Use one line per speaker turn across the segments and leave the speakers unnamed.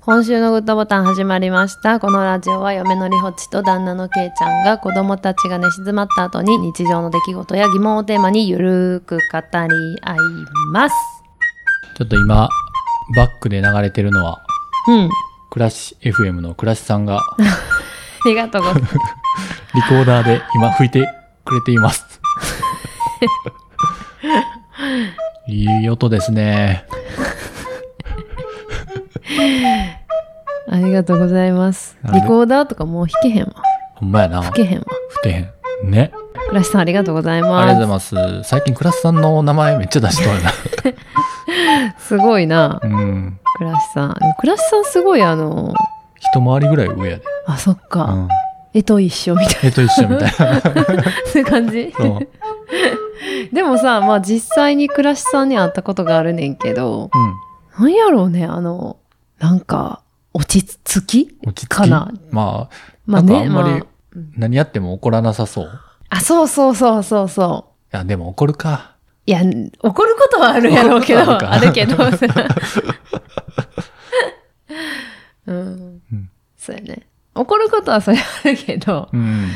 今週のグッドボタン始まりました。このラジオは嫁のりほっちと旦那のけいちゃんが子供たちが寝静まった後に日常の出来事や疑問をテーマにゆるーく語り合います。
ちょっと今、バックで流れてるのは、
うん。
クラシ FM のクラシさんが、
ありがとうございます。
リコーダーで今吹いてくれています。いい音ですね。
ありがとうございます。
なんで
リコーダーとかもう弾けへんわ。
ほんまやな。吹
弾けへんわ。
けへん。ね。
倉石さんありがとうござい
ありがとうござい
ま
ます。最近クラシさんの名前めっちゃ出しとるな。
す。すごいな、
うん。
倉石さん。倉石さんすごいあの、
一回りぐらい上やで。
あ、そっ
う
か。
ん。
絵と一緒みたい
えと一緒みたい な。
なそういう感じ。
そう。
でもさ、まあ実際に倉石さんに会ったことがあるねんけど、
うん。
なんやろうね、あの、なんか、落ち着き
落ち着き。
かな。
まあ、
まあ
なんかあ
ね、
んまり
まあ。
何やっても怒らなさそう。い
あ、そうそうそうそうそう。
や、でも怒るか。
いや、怒ることはあるやろうけど、
怒ることは
あ
あ
る
る
けど。 うん
うん。
そうやね。怒ることはそれはあるけど、
うん。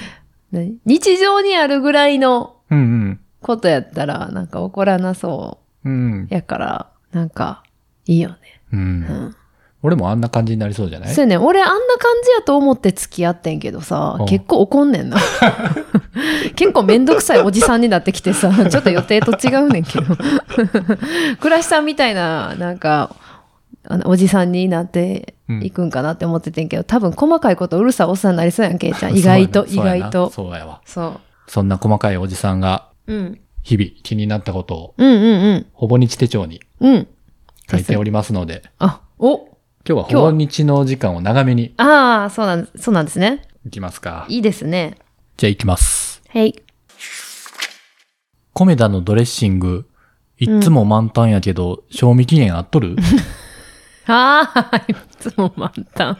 何日常にあるぐらいの
うんうん。
ことやったら、なんか怒らなそ
うん
う。やから、なんか、いいよね。
う。
うんん。
俺もあんな感じになりそうじゃない
そうやね。俺あんな感じやと思って付き合ってんけどさ
う、ん
結構怒んねん な。結構めんどくさいおじさんになってきてさ、 ちょっと予定と違うねんけど。 倉石さんみたいな、なんか、あのおじさんになっていくんかなって思っててんけど、多分細かいことうるさいおっさんになりそうやん、けいちゃん。意外と、意
そうやな
外と。
そうやわ。
そう。
そんな細かいおじさんが
うん。
日々気になったことを
うんうん
ほぼ日手帳に
うん。うん。
書いておりますので、
あ、お
今日は
今日は
ほぼ日の時間を長めに
ああ、そうなん、そうなんですね。
いきますか。
いいですね。
じゃあいきます。
はい。
コメダのドレッシング、いっつも満タンやけど、賞味期限あっ とる
ああ、いつも満タ ン。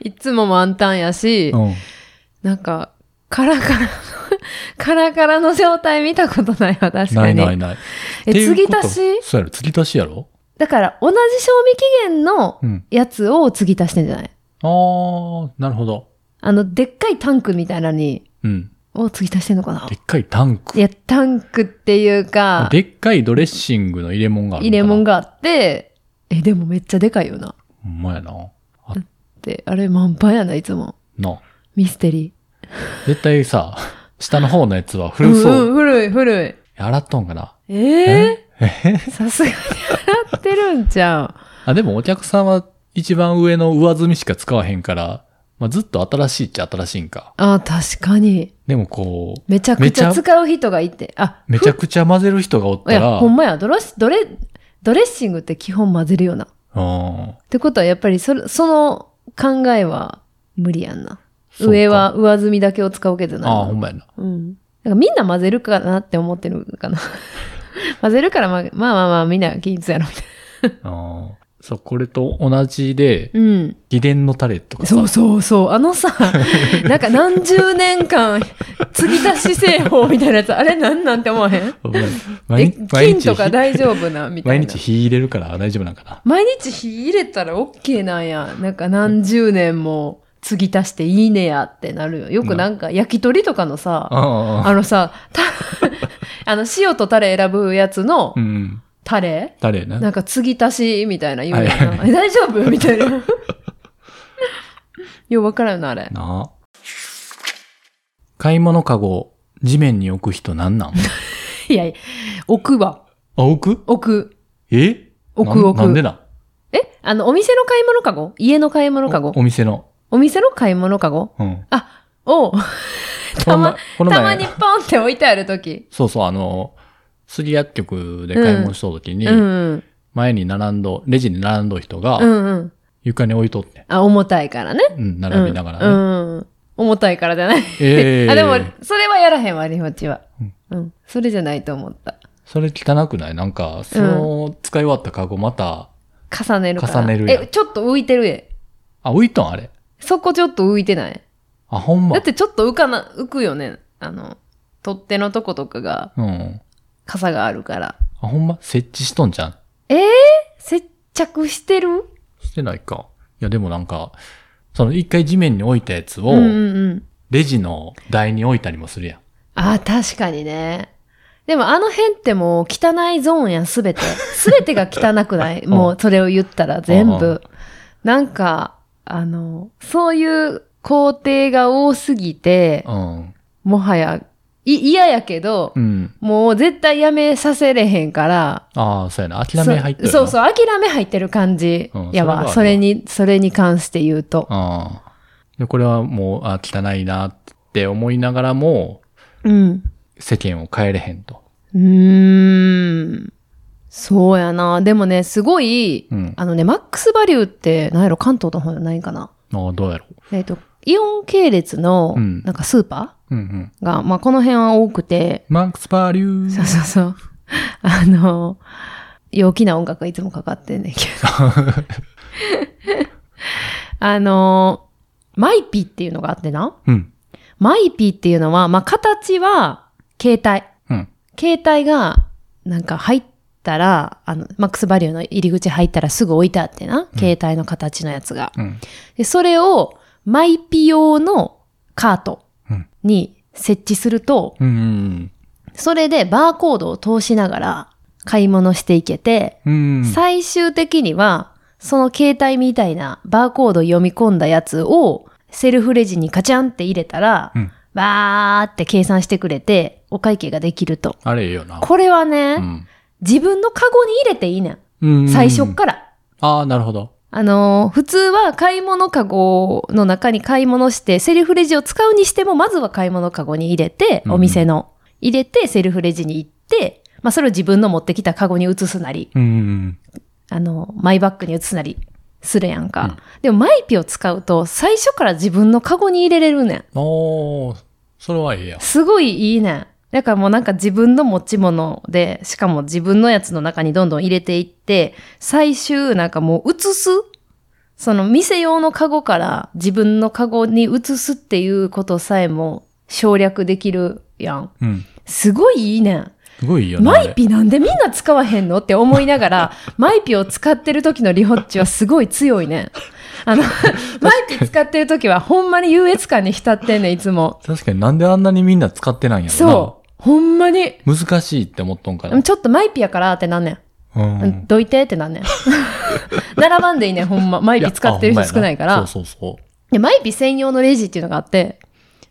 いつも満タンやし
う、ん。
なんか、カラカラの、 カラカラの状態見たことないわ、確
な
か
い
に。
ないない。
え、
っていう
継ぎ
こと
足し
そうやろ、継ぎ足しやろ
だから、同じ賞味期限の
うん。
やつを継ぎ足してんじゃない
あー、なるほど。
あの、でっかいタンクみたいなのに、
うん。
を継ぎ足してんのかな
でっかいタンク
い。や、タンクっていうか、
でっかいドレッシングの入れ物がある
入れ物
が。
があって、え、でもめっちゃでかいよな。
ほんまやな。
って、あれ満杯やな、いつも。
な。
ミステリ
絶対さ、下の方のやつは
ー。
古そう。
んん、古い、古い。
洗っとんかな。
え
え
えさすがに洗ってるんちゃう。
あ、でもお客さんは一番上の上積みしか使わへんから、まあ、ずっと新しいっちゃ新しいんか。
あ、確かに。
でもこう、
めちゃく
め
ち
ち
ゃ
ゃ
使う人がいて。あ、
めちゃくちゃ混ぜる人がおっ
い
た
や、
ら、
ほん
うん
まや。ドレス、ドレ、ドレッシングって基本混ぜるよな。っ
ん。
てことは、やっぱりそれ、その考えは無理やんな。
そうか
上は、上積みだけを使うけどな。
ああ、ほんまやな。
うん。だからみんな混ぜるかなって思ってるのかな。 混ぜるからま、まあまあまあ、みんな均一やろ、みたい
うん。そう、これと同じで、
な。うん。
秘伝のタレとかさ
そうそうそう。あの さ、なんか何十年間、継ぎ足し製法みたいなやつ、あれなんなんて思わへん
ほんまや
え、
毎日、毎
金
日
とか大丈夫なみたい
毎
な。
日火入れるから大丈夫なんかな。
毎日火入れたら OK なんや。なんか何十年も継ぎ足していいねやってなるよ。よくなんか焼き鳥とかのさ、
ああ、
あのさ、 たあの塩とタレ選ぶやつの
うん。
タレ、
タレやな。
なんか継ぎ足しみたいな言うやん
はい
な。え大丈夫みたいな。よう分からんよな、あれ。
なあ。買い物かごを地面に置く人なんなんあ、
いやいや、置くわ。
置く
置く。
え
置く
な
置く。
なんでな
えあの、お店の買い物かご家の買い物かご
おお店の。
お店の買い物かご
うん。
あ、を、たま、
この前
たまにポンって置いてあるとき。
そうそう、あの、杉薬局で買い物した時に、
うんうん。
前に並んど、レジに並んど人が、
うんうん。
床に置いとって。
あ、重たいからね。
うん、並びながらね。
うんうん。重たいからじゃない。
え え
あ、でも、それはやらへんわ、リホチは
うん。
うん。それじゃないと思った。
それ汚くないなんか、その、使い終わったカゴまた、
重ねるから。
重ねるやん
え、ちょっと浮いてるえ。
あ、浮いとんあれ。
そこちょっと浮いてない。
あ、ほんま。
だってちょっと浮かな、浮くよね。あの、取っ手のとことかが、
うん。
傘があるから。
あ、ほんま設置しとんじゃん。
えー、接着してる
してないか。いや、でもなんか、その一回地面に置いたやつを
う、んうんうん。
レジの台に置いたりもするやん。
ああ、確かにね。でもあの辺ってもう汚いゾーンやん、すべて。 すべてが汚く ないもうそれを言ったら全
うん
部。なんか、あの、そういう工程が多すぎて、
うん。
もはや、い嫌やけど
う、ん。
もう絶対やめさせれへんから、
ああ、そうやな。諦め入ってる。
そそうそうう、諦め入ってる感じやわ。
うん
そ
そ
れ
れはあるわ
に、それに関して言うと。
ああ。で、これはもう、あ汚いなって思いながらも、
うん。
世間を変えれへんと。
うーん。そうやな。でもね、すごい、
うん。あ
あのね、マックスバリューって、なんやろ、関東の方じゃないんかな。
あ、どうやろ
えっ、と、イオン系列の、
うん
なんかスーパ
う。うんうん。
ーが、まあ、この辺は多くて、
マックスバリュ
そう
ー。
そうそう。あの、陽気な音楽がいつもかかってんねんけど。 あの、マイピっていうのがあってな。
うん。
マイピっていうのは、まあ、形は、携帯。
うん。
携帯が、なんか入ったら、あの、マックスバリューの入り口入ったらすぐ置いてあってな。携帯の形のやつが。
うん。
で、それをマイピ用のカート
うん
に設置すると、
うんうん
それでバーコードを通しながら買い物していけて、
うん。うん。
最終的には、その携帯みたいなバーコード読み込んだやつをセルフレジにカチャンって入れたら、
うん
バーって計算してくれて、お会計ができると。
あれええよな。
これはね、
うん
自分のカゴに入れていいね
うん
ん。最初っから。
ああ、なるほど。
あのー普通は買い物カゴの中に買い物して、セルフレジを使うにしても、まずは買い物カゴに入れて、
うん
お店の、入れて、セルフレジに行って、まあ、それを自分の持ってきたカゴに移すなり、
うん。
あのーマイバッグに移すなりするやんか。
うん
でも、マイピを使うと、最初から自分のカゴに入れれるねん。
おー、それはええやん。
すごいいいねん。だからもうなんか自分の持ち物で、しかも自分のやつの中にどんどん入れていって、最終なんかもう移すその店用のカゴから自分のカゴに移すっていうことさえも省略できるやん。
うん。
すごいいいねん。
すごいいいよね。
マ
あ
イ
れ
ピなんでみんな使わへんのって思いながら、マイピを使ってる時のリホッチはすごい強いねん。あの、マイピ使ってる時はほんまに優越感に浸ってんねん、いつも。
確かになんであんなにみんな使ってないんやろ
そう。ほんまに。
う。難しいって思っとんか
でも
ら。
ちょっとマイピやからってなんねん。う
う
ん。。どいてって なんねん。並ばんでいいねん、ほんま。マイ
いや
ピ使ってる人少ないか
あほんまや
ら
な。そうそうそう。
でマイピ専用のレジっていうのがあって、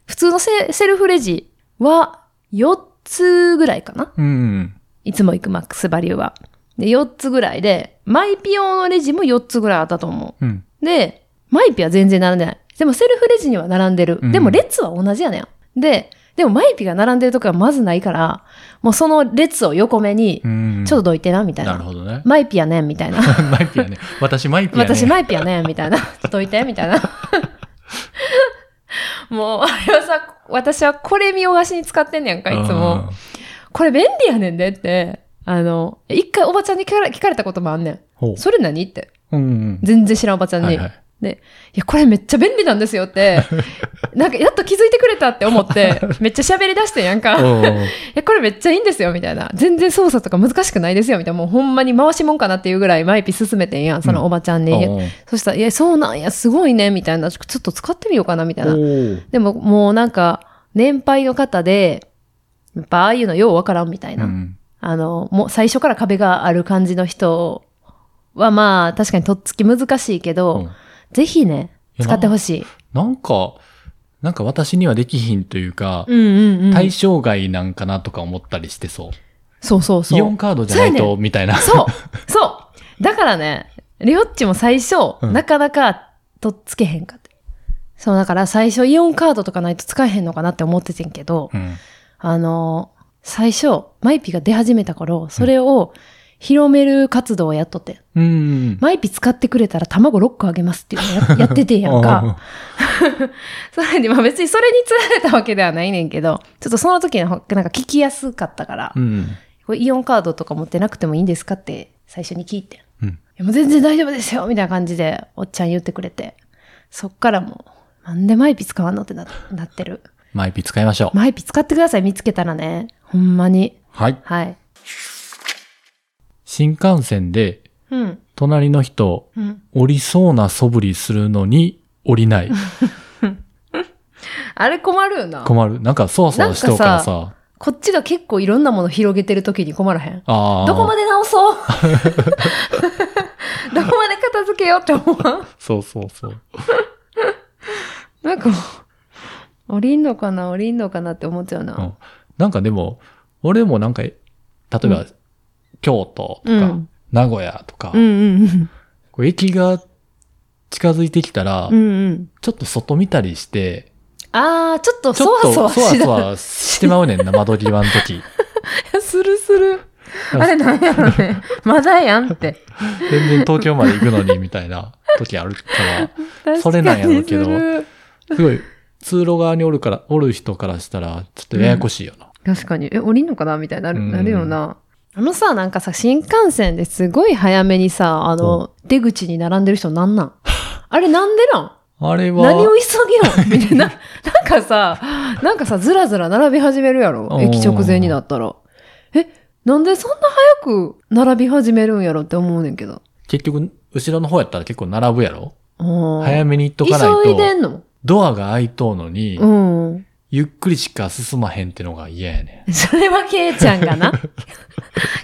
普通のセセルフレジは4つぐらいかな。
うんうん。
いつも行くマックスバリューは。で、4つぐらいで、マイピ用のレジも4つぐらいあったと思
うん。
う。で、マイピは全然並んでない。でもセルフレジには並んでる。
うん
でも列は同じやねん。で、でもマイピが並んでるとこはまずないから、もうその列を横目に
う、ん。
ちょっとどいてな、みたいな。
なるほどね。
マイピやねん、みたいな。
マイピやね。私マイピやね。
私マイピやねん、みたい な。どいて、みたいな。 もう、あれはさ、私はこれ見よがしに使ってんねやんか、いつも。
うん。
これ便利やねんでって。あの、一回おばちゃんに聞かれ聞かれたこともあんねん。
ほ
それ何って。
う。うん
全然知らんおばちゃ
うんん。
に。
はいいはい。
や、これめっちゃ便利なんですよ って。なんか、やっと気づいてくれたって思って、めっちゃ喋り出してんやんか。
おー
いや、これめっちゃいいんですよ、みたいな。全然操作とか難しくないですよ、みたいな。もうほんまに回しもんかなっていうぐらいマイピ進めてんやん、そのおばちゃんに。
おー
そしたら、いや、そうなんや、すごいね、みたいな。ちょっと使ってみようかな、みたい
お
な。
ー。
でも、もうなんか、年配の方で、やっぱああいうのようわからんみたいうな。
ん。
あの、もう最初から壁がある感じの人は、まあ、確かにとっつき難しいけど、
うん
ぜひね、
いや
使ってほしい。
なんか、なんか私にはできひんというか、
うんうんうん。
対象外なんかなとか思ったりしてそう。
そうそうそう。
イオンカードじゃない
そうや
と、みたいな。
そうそうだからね、リオッチも最初、
うん
なかなかとっつけへんかって。そう、だから最初イオンカードとかないと使えへんのかなって思っててんけど、
うん。
あのー最初、マイピが出始めた頃、それを広める活動をやっとってん。
うん。
マイピ使ってくれたら卵6個あげますっていう のをややっててんやんか。それに、まあ別にそれに釣られたわけではないねんけど、ちょっとその時のなんか聞きやすかったから、
うん。
これイオンカードとか持ってなくてもいいんですかって最初に聞いてん。
うん。
いやもう全然大丈夫ですよみたいな感じでおっちゃん言ってくれて。そっからもう、なんでマイピ使わんのってななってる。
マイピ使いましょう。
マイピ使ってください、見つけたらね。ほんまに。
はい。
はい。
新幹線で
うん。
隣の人、
うん
降りそうな素振りするのに降 りない。
あれ困るよな。
困る。なんか、そわそわしとうからさ。
こっちが結構いろんなもの広げてる時に困らへん。
ああ。
どこまで直そう どこまで片付けようって思わん
そうそうそう。
なんか、降りんのかな降りんのかなって思っちゃう
うん
な。
なんかでも、俺もなんか、例えば、
う
京都とか、
うん
名古屋とか、
うんうん
こう駅が近づいてきたら、
うん。うんうん。
ちょっと外見たりして、
あー、ちょっと
ち
そ
ょ
わ
っと
そわし
そ
だ。
わしてまうねんな、窓際の 時。
するする。あれなんやろね。まだやんって。
全然東京まで行くのに、みたいな時あるから、それなんやろうけど
確かにする
すごい、通路側におるから、おる人からしたら、ちょっとややこしいよな。
確かに。え、降りんのかなみたいになる、
うん
なるよな。あのさ、なんかさ、新幹線ですごい早めにさ、あの、出口に並んでる人なんなん あれなんでなん
あれは、
何を急 ぎよみたいな。なんかさ、なんかさ、ずらずら並び始めるや
お
ろ
ー
駅直前になったら。え、なんでそんな早く並び始めるんやろって思うねんけど。
結局、後ろの方やったら結構並ぶやろ早
早
めに行っとかないと。
急いでんの
ドアが開いとうのに、
うん。
ゆっくりしか進まへんってのが嫌やね
それはケイちゃんが な。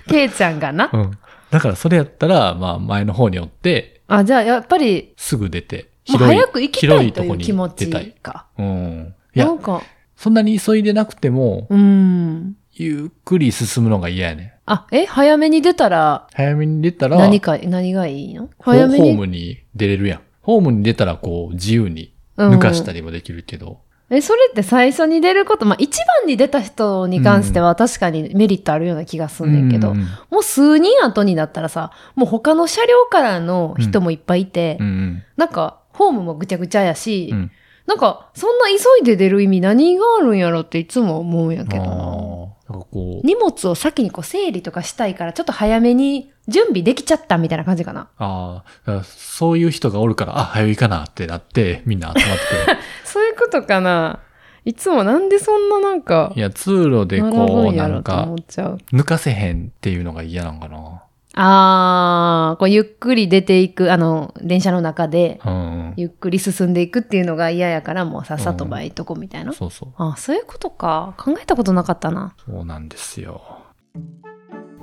ケイちゃんがな。
ん。うん。だからそれやったら、まあ前の方に寄って、
あ、じゃあやっぱり、
すぐ出て、
もう
い、
早く行きた
広
い
い
と
と
い
こ
う
に
気持
出たい
ち。か。
うん。い
な
や
ん、か、
そんなに急いでなくても、
うん。
ゆっくり進むのが嫌やねん。
あ、え、早めに出たら、
早めに出たら、
何か、何がいいの
ホ
早め
ホー
に。
ムに出れるやん。ホームに出たらこう自由に
うん
抜かしたりもできるけど。
え、それって最初に出ること、まあ一番に出た人に関しては確かにメリットあるような気がすんねんけど、
うん
もう数人後になったらさ、もう他の車両からの人もいっぱいいて、
うん
なんかホームもぐちゃぐちゃやし、
うん
なんかそんな急いで出る意味何があるんやろっていつも思うんや
うん。
けど
あ
な。
ーなんかこう、
荷物を先にこう整理とかしたいからちょっと早めに準備できちゃったみたいな感じかな。
ああ、だからそういう人がおるから、あ、早く行かなってなって、みんな集まってくる。
そういうことかな。いつもなんでそんななん か
いや、通路で
並ぶ
こう、
んや
な
ろ
ん
と思
か
っ、ちゃう。
抜かせへんっていうのが嫌なんかな。
あー、こうゆっくり出ていく、あの、電車の中で、
うん。
ゆっくり進んでいくっていうのが嫌やから、もうさっさとばいとこみたいな。
そうそう。
あそういうことか。考えたことなかったな。
そうなんですよ。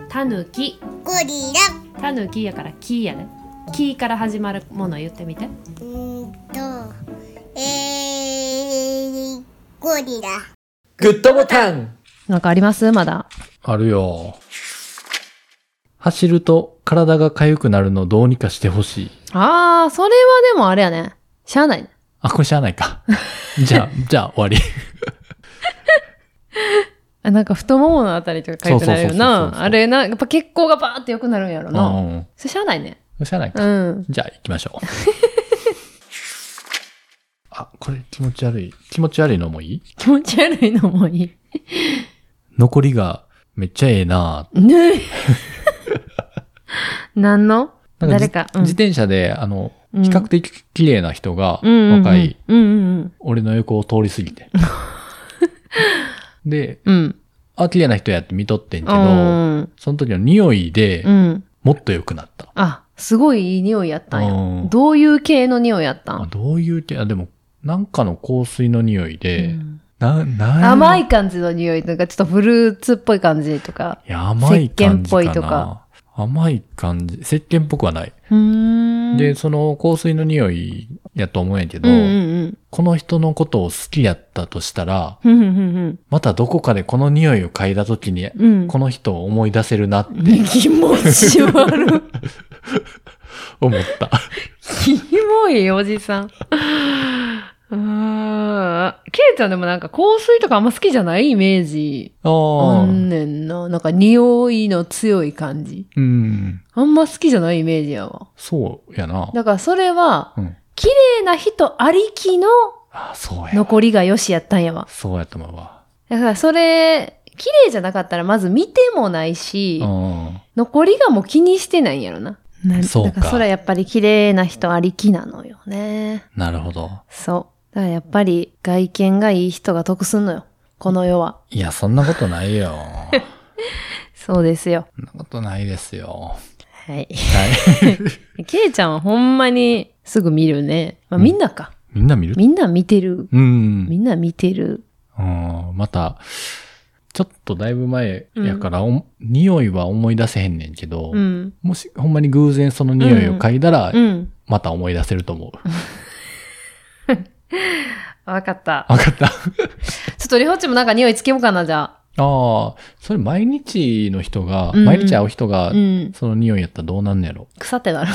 たぬき。
ゴリラ。
たぬきやから、きやで。きから始まるもの言ってみて。
うーんと、えー、ゴリラ。
グッドボタン
なんかありますまだ。
あるよ。走ると体が痒くなるのどうにかしてほしい。
あー、それはでもあれやね。しゃあないね。
あ、これしゃあない か。じゃあ、じゃあ終わり。
あなんか太もものあたりとか痒くなるよ
そうそうそうそうそう
な。あれな、やっぱ血行がバーって良くなるんやろ
う
な。
ん。こ
それしゃあないね。
れしゃあないか。
うん。
じゃあ行きましょう。 あ、これ気持ち悪い。気持ち悪いのもいい
気持ち悪いのもいい。
残りがめっちゃええな
ね 何の
なんかじ
誰か。うん
自転車で、あの、
うん
比較的綺麗な人が、
うんうんうん
若い、
うんうん
俺の横を通り過ぎて。で、
うん。うん。
あ、綺麗な人やって見とってんけ
う
ど、
ん
その時の匂いで
う、ん。
もっと良くなった。
あ、すごいいい匂いやったん
うん
や。どういう系の匂いやった
あ
ん
どういう系あ、でも、なんかの香水の匂いうで、
ん
な、な、
甘い感じの匂いとか、ちょっとフルーツっぽい感じとか。
いや、甘い感
石鹸
じかな。
っぽいとか
甘い感じ。石鹸っぽくはない。
うーん。
で、その香水の匂いやと思うんやけど、
うんうん
この人のことを好きやったとしたら、
うん。うんうん
またどこかでこの匂いを嗅いだ時に、
うんうん。
この人を思い出せるなって
気持ち悪い。
思った。
キモいおじ さん。うーん。ケイちゃんでもなんか香水とかあんま好きじゃないイメージ。あ
ああ、
んねんな。なんか匂いの強い感じ。
うん。
あんま好きじゃないイメージやわ。
そうやな。
だからそれは、
うん。
綺麗な人ありきの
ああ、そうや。
残りがよしやったんやわ。
そうやと思うわ。
だからそれ、綺麗じゃなかったらまず見てもないし、
う
残りがもう気にしてないんやろな。な
そうか
だからそれはやっぱり綺麗な人ありきなのよね。
ん。なるほど。
そう。だからやっぱり外見がいい人が得すんのよ。この世は。
いや、そんなことないよ。
そうですよ。
そんなことないですよ。
はい。
はい。
ケイちゃんはほんまにすぐ見るね。まあ、みんなか。
みんな見る
みんな見てる。
うん。
みんな見てる。
うん、また、ちょっとだいぶ前やから、お匂いは思い出せへんねんけど、
うん。
もしほんまに偶然その匂いを嗅いだら、
うん。
また思い出せると思う。
わかった。
わかった。
ち
あ
ょっとりほっちもなんか匂いつけようかな、じゃ
あ、それ毎日の人が、
うん
毎日会う人が
あ。う、ん。
その匂いやったらどうなんねやろ。
腐ってなる。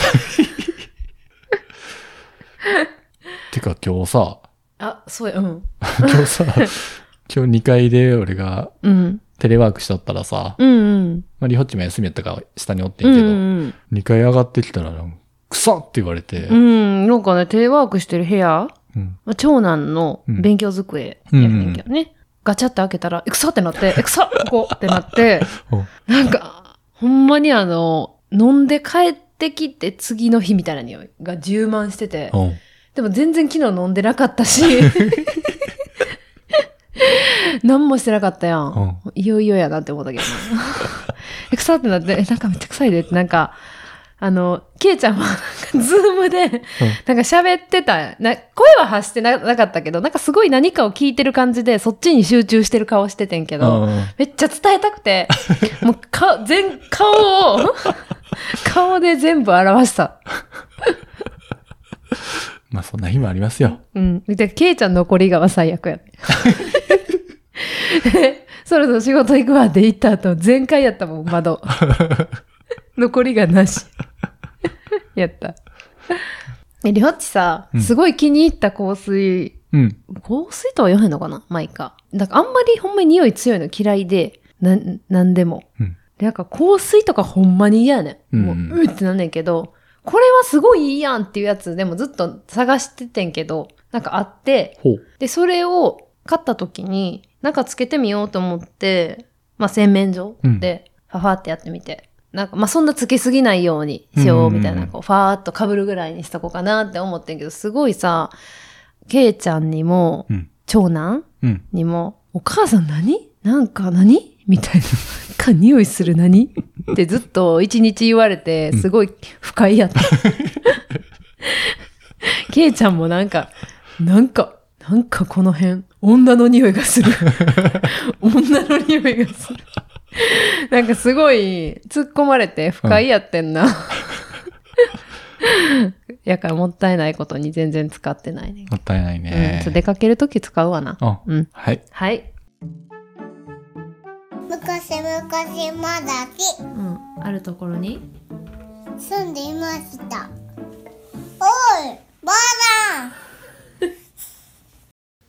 てか今日さ、
あ、そうや、うん。
今 日さ、今日2階で俺が
うん。
テレワークしとったらさ、
うんうん。
まあ、リホッチも休みやったから下におって
うん
けど、
ん
2階上がってきたらなんか、くさって言われて、
うん。うん。なんかね、テレワークしてる部屋、
うん
まあ長男の
うん
勉強机やねんけどね。ガチャって開けたら、え、腐ってなって、え、腐っここってなって、
うん
なんか、ほんまにあの、飲んで帰ってきて次の日みたいな匂いが充満してて。
うん
でも全然昨日飲んでなかったし。 何もしてなかったやん。いよいよやなって思ったけどな。 え臭ってなって、えなんかめっちゃ臭いでって、なんか、あの、ケイちゃんは、なんかズームで、なんか喋ってた、な声は発してななかったけど、なんかすごい何かを聞いてる感じで、そっちに集中してる顔しててんけ
う
ど、
んうん
めっちゃ伝えたくて、もう顔、全、顔を、 顔で全部表した。
まあそんな日もありますよ。
うん。で、ケイちゃん残りがは最悪やね。 そろそろ仕事行くわって行った後、全開やったもん、 窓。残りがなし。やった。え、りょっちさ、
うん
すごい気に入った香水、
うん。
香水とは言わへんのかな毎回。だからあんまりほんまに匂い強いの嫌いで、なん、なんでも。
うん
でなんか香水とかほんまに嫌やねん。
うん
もう、うーってなんねんけど、これはすごいいいやんっていうやつでもずっと探しててんけど、なんかあって、
ほう。
で、それを買った時に、なんかつけてみようと思って、まあ洗面所で、ファファってやってみて、なんか、まあそんなつけすぎないようにしようみたい
うんうんう
な、
ん
こう、ファーっと被るぐらいにしとこうかなって思ってんけど、すごいさ、ケイちゃんにも、
うん
長男
うん。
にも、お母さん何なんか何みたいな。か匂いする何ってずっと一日言われて、
うん
すごい不快や った。ケイちゃんもなんか、なんか、なんかこの辺、女の匂いが する。女の匂いがする。なんかすごい突っ込まれて不快やってんな。 やからもったいないことに全然使ってないね。
もったいない
うん
ね
ちょっ。と出かけるとき使うわな。
あ、
うん。
はい。
はい。
昔昔まだし
うん。あるところに。
住んでいましたおいばあさん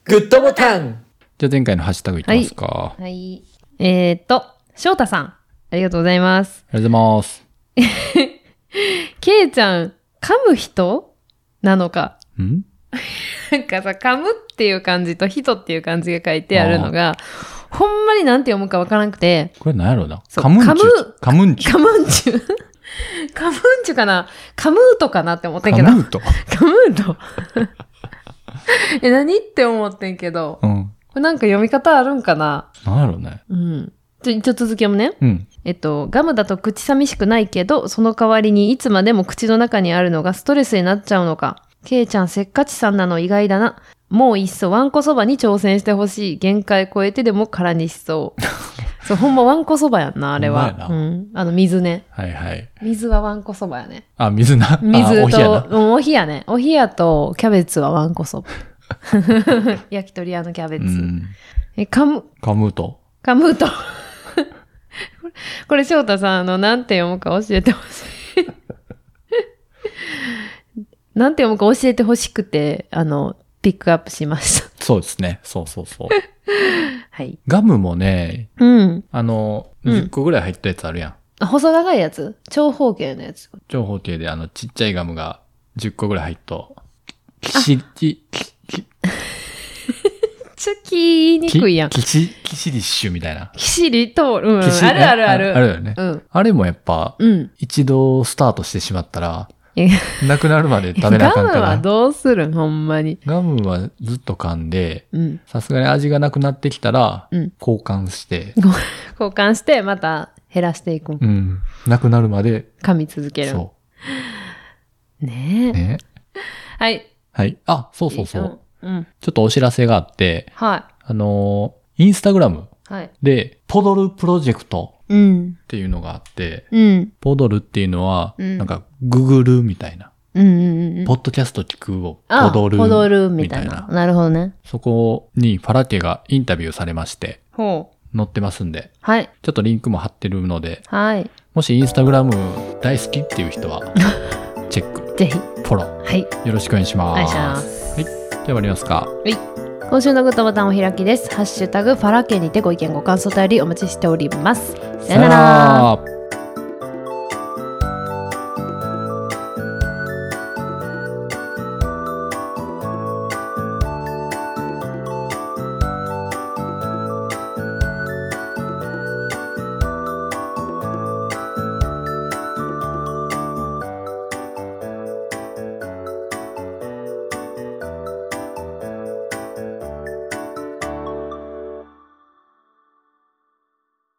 グッドボタン
じゃあ前回のハッシュタグいきますか。あ
はい。えー、っと、翔太さん。ありがとうございます。
りがとうございます。
けいちゃん、噛む人なのか。
ん
なんかさ、噛むっていう漢字と人っていう漢字が書いてあるのが、ほんまになんて読むかわからなくて、
これ何やろうな。
そう
カムンチュ。カムンチュ。
カムン チュ。カムンチュかなカムートかなって思ってんけど
カ。ムンと。
カムート え、何って思ってんけど。
うん。
これなんか読み方あるんかな
何やろうね。
うん。ちょ、一応続き読むね。
うん。
えっと、ガムだと口寂しくないけど、その代わりにいつまでも口の中にあるのがストレスになっちゃうのか。ケイちゃんせっかちさんなの意外だな。もういっそワンコそばに挑戦してほしい。限界超えてでも空にし そう。そう、ほんまワンコそばやんな、あれ
ほん
は。
まや
う。
なん
あの、水ね。
はいはい。
水はワンコそばやね。
あ、水な。あ
水
お冷や
と、
な。
うん、おひやね。おひやとキャベツはワンコ そば。 焼き鳥屋のキャベ
う
ツ。
ん。
え、カム、
カムンと。
カムート。 これ、翔太さん、あの、なんて読むか教えてほ しい。なんて読むか教えてほしくて、あの、ピックアップしました。
そうですね。そうそ うそう。
はい。
ガムもね、
うん。
あの、
うん
10個ぐらい入ったやつあるやん。
あ細長いやつ長方形のやつ。
長方形であの、ちっちゃいガムが10個ぐらい入っと。きし、き、き、き、
ちょ、きにくいやん。
きし、きしディッシュみたいな。
きしりと、うん。
きし
あるあるある。
あるよね。
うん。
あれもやっぱ、
うん。
一度スタートしてしまったら、
いや
なくなるまで食べなあ
ガ
かん
ム
から。
はどうするんほんまに。
ガムはずっと噛んで、
うん。
さすがに味がなくなってきたら、
うん
交換して、
交換して、また減らしていくん。
うん。なくなるまで、
噛み続けるん。
そ
ね
う。
え。
ね。
はい。
はい。あ、そうそうそう。
うん。
ちょっとお知らせがあって、
は
あのーインスタグラム
い。はい。
で、ポドルプロジェクト
うん。
っていうのがあって、
うん。
ポドルっていうのは、
うん
なんか、ググルみたいな。
うんうんうん。
ポッドキャスト聞くを、
あ
ポドル。
ポドルみたいな。。なるほどね。
そこにファラ家がインタビューされまして、
ほう。
載ってますんで、
はい。
ちょっとリンクも貼ってるので、
はい。
もしインスタグラム大好きっていう人は、チェック、
ぜひ。
フォロ
はい。
ー、よろしくお願いします。
お願いします
はい。じゃあ終わりますか。
今週のグッドボタンお開きです。ハッシュタグ、パラケにてご意見、ご感想とよりお待ちしております。さよなら。
さよなら